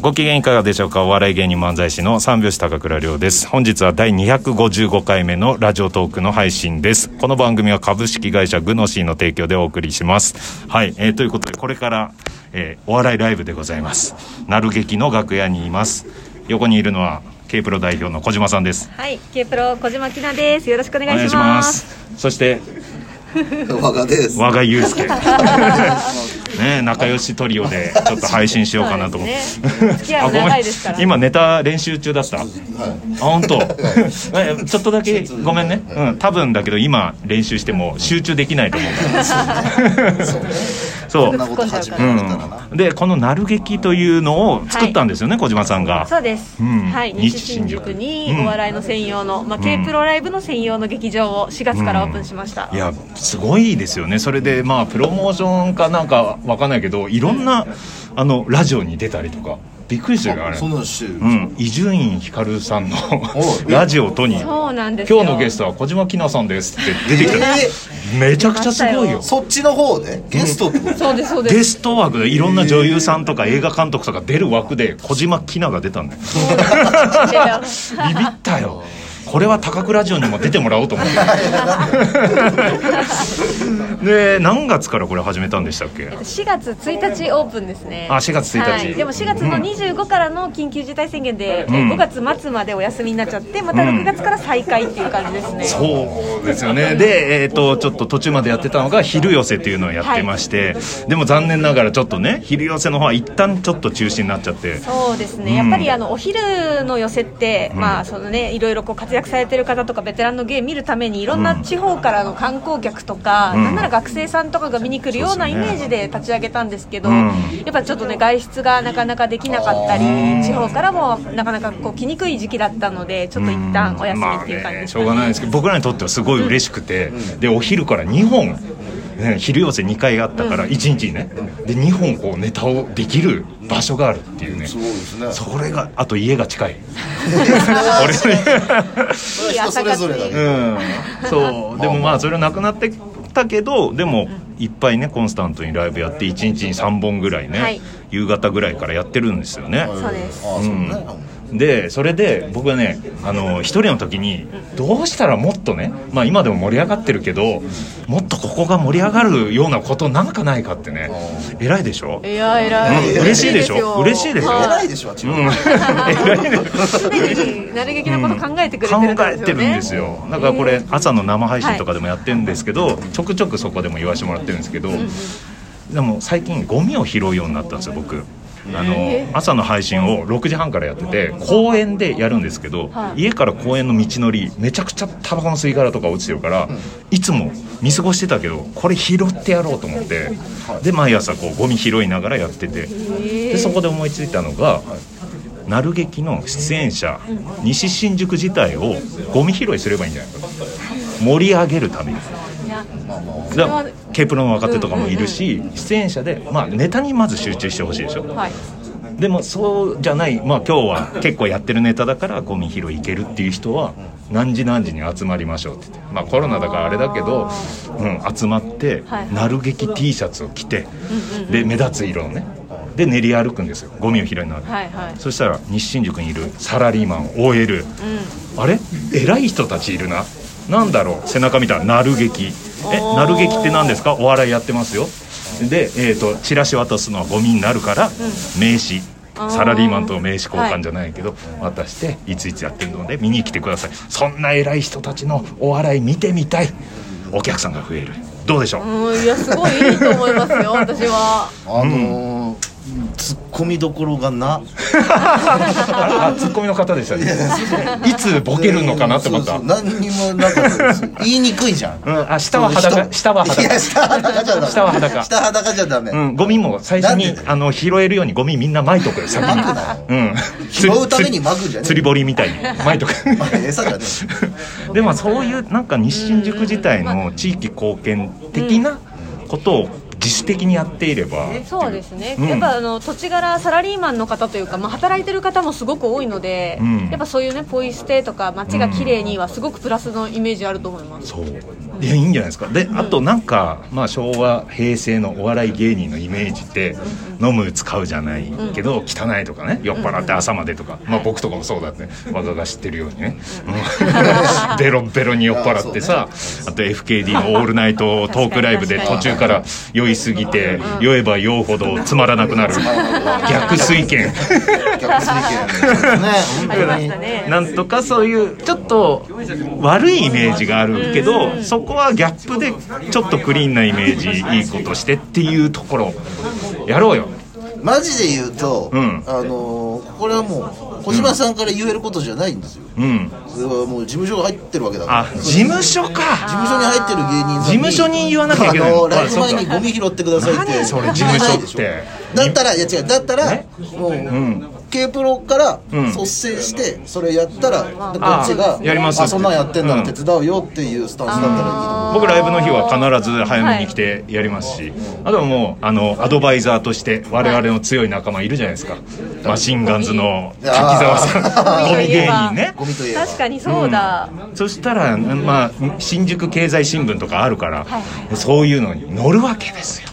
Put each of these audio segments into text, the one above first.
ご機嫌いかがでしょうかお笑い芸人漫才師の三拍子高倉涼です本日は第255回目のラジオトークの配信ですこの番組は株式会社グノシーの提供でお送りしますはい、えーということでこれから、えーお笑いライブでございますなる劇の楽屋にいます横にいるのは K プロ代表の小島さんですはい、K プロ小島きなです。よろしくおお願いします。そして我がです。我が祐 介ねえ仲良しトリオでちょっと配信しようかなと思って、そうですね付き合いも長いですから。今ネタ練習中だった、あ本当えちょっとだけごめんね、うん、多分だけど今練習しても集中できないと思うからそうそんなこと始められたらな。うんでこの「なる劇」というのを作ったんですよね、小島さんがそうです。うんはい、西西新新宿宿にお笑いの専用の、まあ K プロライブの専用の劇場を4月からオープンしました。いやすごいですよねそれでまあプロモーションかなんかわかんないけどいろんなあのラジオに出たりとかびっくりするよあれそんなのしてる。うん伊集院光さんの おラジオとにそうなんですよ。今日のゲストは小島きなさんですってえ出てきた、ーめちゃくちゃすごいよそっちの方でゲストってことそうですそうでゲす。スト枠でいろんな女優さんとか映画監督とか出る枠で小島きなが出たんだよいやいやビビったよこれは高倉城にも出てもらおうと思ってで何月からこれ始めたんでしたっけ4月1日オープンですね。あ4月1日はいでも4月の25からの緊急事態宣言で、えん5月末までお休みになっちゃって、また6月から再開っていう感じですね。そうですよねで、えー、とちょっと途中までやってたのが昼寄せっていうのをやってまして、でも残念ながらちょっとね昼寄せの方は一旦ちょっと中止になっちゃってそうですね、やっぱりあのお昼の寄せって、まあそのね、いろいろこう活躍されてる方とか、ベテランの芸見るために、いろんな地方からの観光客とか、なんなら学生さんとかが見に来るようなイメージで立ち上げたんですけど、んやっぱちょっとね、外出がなかなかできなかったり、地方からもなかなかこう来にくい時期だったので、ちょっと一旦お休みっていう感じまあでね、ししたょうがないね。ですけど僕らにとってはすごい嬉しくて、でお昼から2本、ね、昼寄せ2回あったから1日にね、で2本こうネタをできる場所があるっていうね、すごいですね。それがあと家が 近い俺ねそれは人それぞれだけど。うんそうでもまあそれはなくなってきたけどでもいっぱいねコンスタントにライブやって1日に3本ぐらいね、はい夕方ぐらいからやってるんですよね、そうですああ、そうね。でそれで僕はねあの一人の時にどうしたらもっとね、まあ、今でも盛り上がってるけどもっとここが盛り上がるようなことなんかないかってね偉いでしょいや、偉い。うん嬉しいでしょ嬉しいでしょは偉いいでしょ、あっちうはん偉いね常になる劇のこと考えてくれて考るんですよね。えてるんですよだからこれ朝の生配信とかでもやってるんですけど、ちょくちょくそこでも言わしてもらってるんですけど、でも最近ゴミを拾うようになったんですよ僕。あの朝の配信を6時半からやってて公園でやるんですけど、はい家から公園の道のりめちゃくちゃタバコの吸い殻とか落ちてるから、いつも見過ごしてたけどこれ拾ってやろうと思ってで毎朝こうゴミ拾いながらやっててでそこで思いついたのがなる劇の出演者西新宿自体をゴミ拾いすればいいんじゃないか盛り上げるためにいやだから K プロの若手とかもいるし出演者で、まあ、ネタにまず集中してほしいでしょはい。でもそうじゃない、まあ、今日は結構やってるネタだからゴミ拾いいけるっていう人は何時何時に集まりましょうって言って、まあ、コロナだからあれだけど、うん、集まって、はいなる劇 T シャツを着て、で目立つ色をねで練り歩くんですよゴミを拾いながら。はいはい。そしたら日新宿にいるサラリーマン OL、あれ偉い人たちいるななんだろう背中見たら「なる劇」え「なる劇」って何ですかお笑いやってますよで、えー、とチラシ渡すのはゴミになるから、名刺サラリーマンとの名刺交換じゃないけど、渡していついつやってるので見に来てくださいそんな偉い人たちのお笑い見てみたいお客さんが増えるどうでしょう、うん、いや、すごいいいと思います よ、私は。あのー、ツッコミどころがな。ああツッコミの方でしたねいつボケるのかなって思った、そうそう何にもなかったです。言いにくいじゃん。うん、あ下は裸下は裸いや、下裸じゃダメ。下は裸下裸じゃダメ。うん、ゴミも最初なんにであの拾えるようにゴミみんな撒いとくよ先に、うん、拾うために巻くんじゃねえ釣り堀みたいに撒いとくあれ餌じゃねでもそういうなんか日新宿自体の地域貢献的なことを自主的にやっていれば、そうですね、うんやっぱあの土地柄サラリーマンの方というか、まあ、働いてる方もすごく多いので、んやっぱそういうねポイ捨てとか街が綺麗にはすごくプラスのイメージあると思います、そういやいいんじゃないですかであとなんか、まあ、昭和平成のお笑い芸人のイメージって飲む使うじゃないけど汚いとかね酔っ払って朝までとか、まあ、僕とかもそうだって、ね、我がが知ってるようにね、うん ベロンベロンに酔っ払ってさあと FKD の「オールナイトトークライブ」で途中から酔いすぎて酔えば酔うほどつまらなくなる逆水拳逆水拳ね本あり当まにしたねなんとかそういうちょっと悪いイメージがあるけどそこはギャップでちょっとクリーンなイメージいいことしてっていうところやろうよマジで言うと、うんあのーこれはもう小島さんから言えることじゃないんですよ、うんそれはもう事務所が入ってるわけだからあ事事務所か務所に入ってる芸人さん事務所に言わなきゃいけないあののライブ前あそにうかゴミ拾ってくださいって何それ言わ事務所ってないでしょ だったらいや違うだったらえもう、ん K プロからうん率先してそれやったら、こっちあがやりますあそんなんやってんなら手伝うよっていうスタンスだったらいいと思う僕ライブの日は必ず早めに来てやりますし、あとはもうあのアドバイザーとして我々の強い仲間いるじゃないですかマシンガンズの滝沢さんゴゴミミ芸人ねゴミといえば確かにそうだ、そしたら、まあ、新宿経済新聞とかあるから、そういうのに乗るわけですよ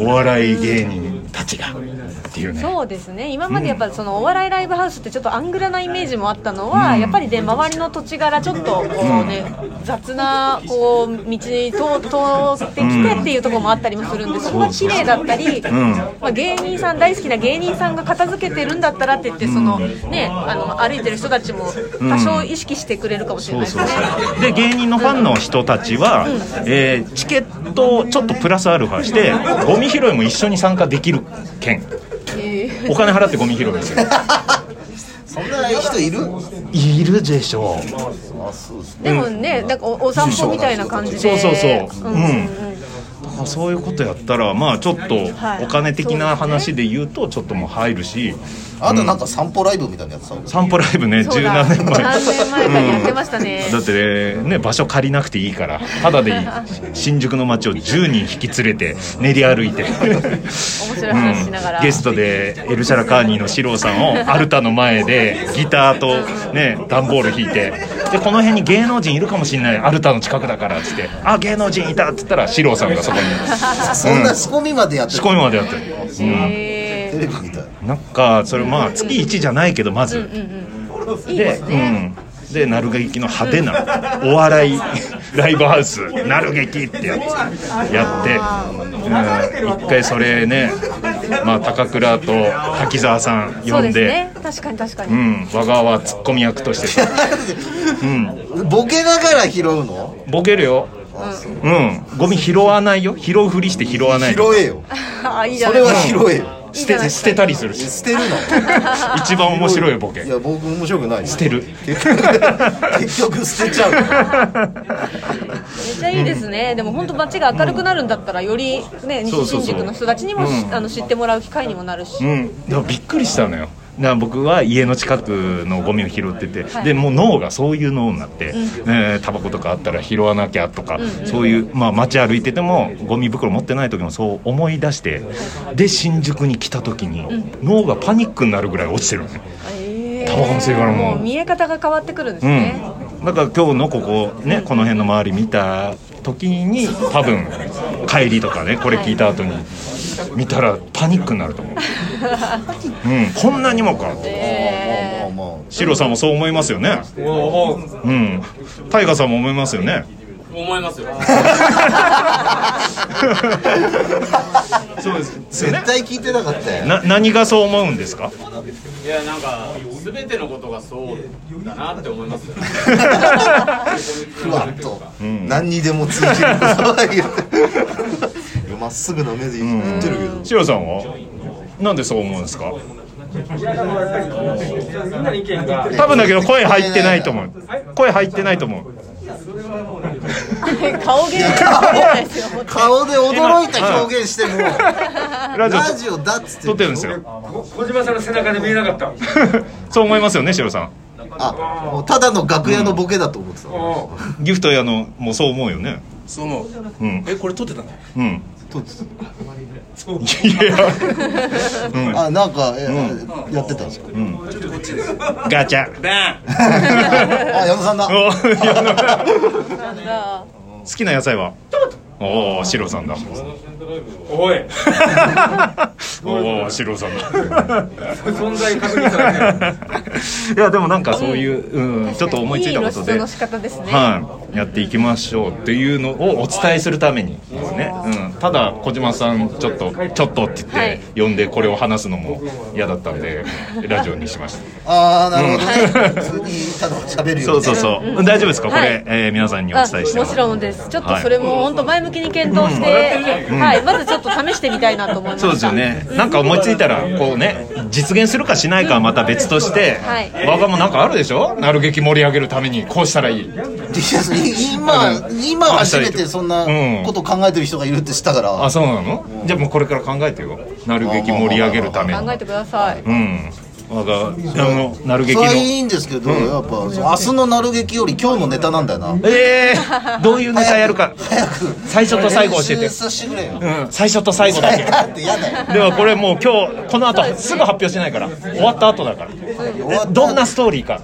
お笑い芸人たちがっていうねそうですね今までやっぱそのお笑いライブハウスってちょっとアングラなイメージもあったのは、やっぱりね周りの土地柄ちょっとこうね、雑なこう道に通通ってきてっていうところもあったりもするんで、そこが綺麗だったり、んまあ、芸人さん大好きな芸人さんが片付けてるんだったらって言ってその、ねあの歩いてる人たちも多少意識してくれるかもしれないですね、で芸人のファンの人たちは、えーチケットをちょっとプラスアルファしてゴミ拾いも一緒に参加できる券えーお金払ってゴミ拾いですよそんな人いるいるでしょうあそうですねでもねなんかおお散歩みたいな感じでそうそうそううんんまあそういうことやったらまあちょっとはいお金的な話で言うとちょっともう入るしあとなんか散歩ライブみたいなのやつさ散歩ライブねそうだ17年前 何年前かにやってましたね、 だってね場所借りなくていいからただでいい新宿の街を10人引き連れて練り歩いて面白い 話しながら、ゲストでエルシャラカーニーの四郎さんをアルタの前でギターとね段ボール弾いてでこの辺に芸能人いるかもしれないアルタの近くだからっつって「あ芸能人いた」っつったら四郎さんがそこに そんな仕込みまでやって仕る込みまでやってる。へテレビみたいなんかそれまあ月1じゃないけどまず、ーいいでですね、うん、でなる劇の派手なお笑いライブハウスなる劇ってやつやって、うん、一回それね、まあ、高倉と滝沢さんそ呼うんでですね確かに確かに、うん、我がはツッコミ役としてさな ボケながら拾うのボケるようん、ゴミ拾わないよ拾うふりして拾わない拾えよあいいじゃそなれいではすか拾えよ捨て捨てたりするし捨てるの一番 面白いボケいや僕面白くない捨てる結局結局捨てちゃうめっちゃいいですね、でも本当街が明るくなるんだったらよりねそ西うそうそう新宿の人たちにもあの知ってもらう機会にもなるし、うん、でもびっくりしたのよだから僕は家の近くのゴミを拾ってて、でもう脳がそういう脳になって、えータバコとかあったら拾わなきゃとか、そういう、まあ、街歩いててもゴミ袋持ってない時もそう思い出してで新宿に来た時に、脳がパニックになるぐらい落ちてるのねえータバコの吸い殻ももう見え方が変わってくるんですね、うん、だから今日のここね、この辺の周り見た時に多分帰りとかねこれ聞いた後に見たらパニックになると 思う、うん、こんなにもかってまあまあまあシロさんもそう思いますよねおおうんタイガさんも思いますよね思いますよそうです絶対聞いてなかったよな何がそう思うんですかいやなんか全てのことがそうだなって思いますよふわっと、何にでも通じる言葉が言って まっすぐな目で言ってるけど、シロさんはなんでそう思うんですか多分だけど声入ってないと思う声入ってないと思う 顔芸が見えないですよ本当顔で驚いた表現してもラジオラジオだっつって撮ってるんでですよ小島さんの背中で見えなかった。そう思いますよね、シロさん。あもうただの楽屋のボケだと思ってた、ギフトやの、もうそう思うよね。その、うん、え、これ撮ってたの。うん。撮ってたいや、あなんか、えやってたんですか、ガチャ。バン。あ矢野さんだおいやなんだ好きな野菜はおおシロさんだ おいおおシロさんだ存在確認されてる いやでもなんかそういう、うんちょっと思いついたこといい露出での仕方ですね、はい、やっていきましょうっていうのをお伝えするためにですね、うん、ただ小島さんちょっと「ちょっと」って言はっいて呼んでこれを話すのも嫌だったんでラジオにしま したああなるほどね普通にただ喋るよそみうたそいうなそう大丈夫ですかこはれい、えー皆さんにおあ伝えしてもますちろんですちょっとそれも本当前向きに検討して、はい、まずちょっと試してみたいなと思いましたそうですよねなんか思いついたらこうね実現するかしないかはまた別として、はい我がもなんかあるでしょなる劇盛り上げるためにこうしたらいいいや 今今初めてそんなことを考えてる人がいるって知ったから、あそうなのじゃあもうこれから考えてよなる劇盛り上げるために考えてください、うん我があのなる劇そのれはいいんですけど、やっぱその明日のなる劇より今日のネタなんだよなえー、どういうネタやるか早く最初と最後教えて練習させてくれようん最初と最後だけだって嫌だよではこれもう今日この後すぐ発表しないから終わった後だからえどんなストーリーか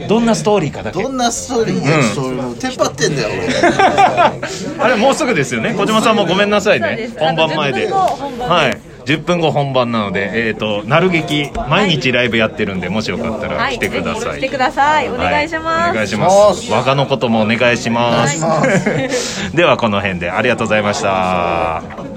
えどんなストーリーかだけどんなストーリーで、そういうのテンパってんだよあれもうすぐですよね小島さんもごめんなさいそうでねす本番前であと10分後本番はい10分後本番なのでえっ、となる劇毎日ライブやってるんでもしよかったらはい来てくだぜさひい来てくださいお願いします、はお願いします若のこともお願いしますお願 ではこの辺でありがとうございました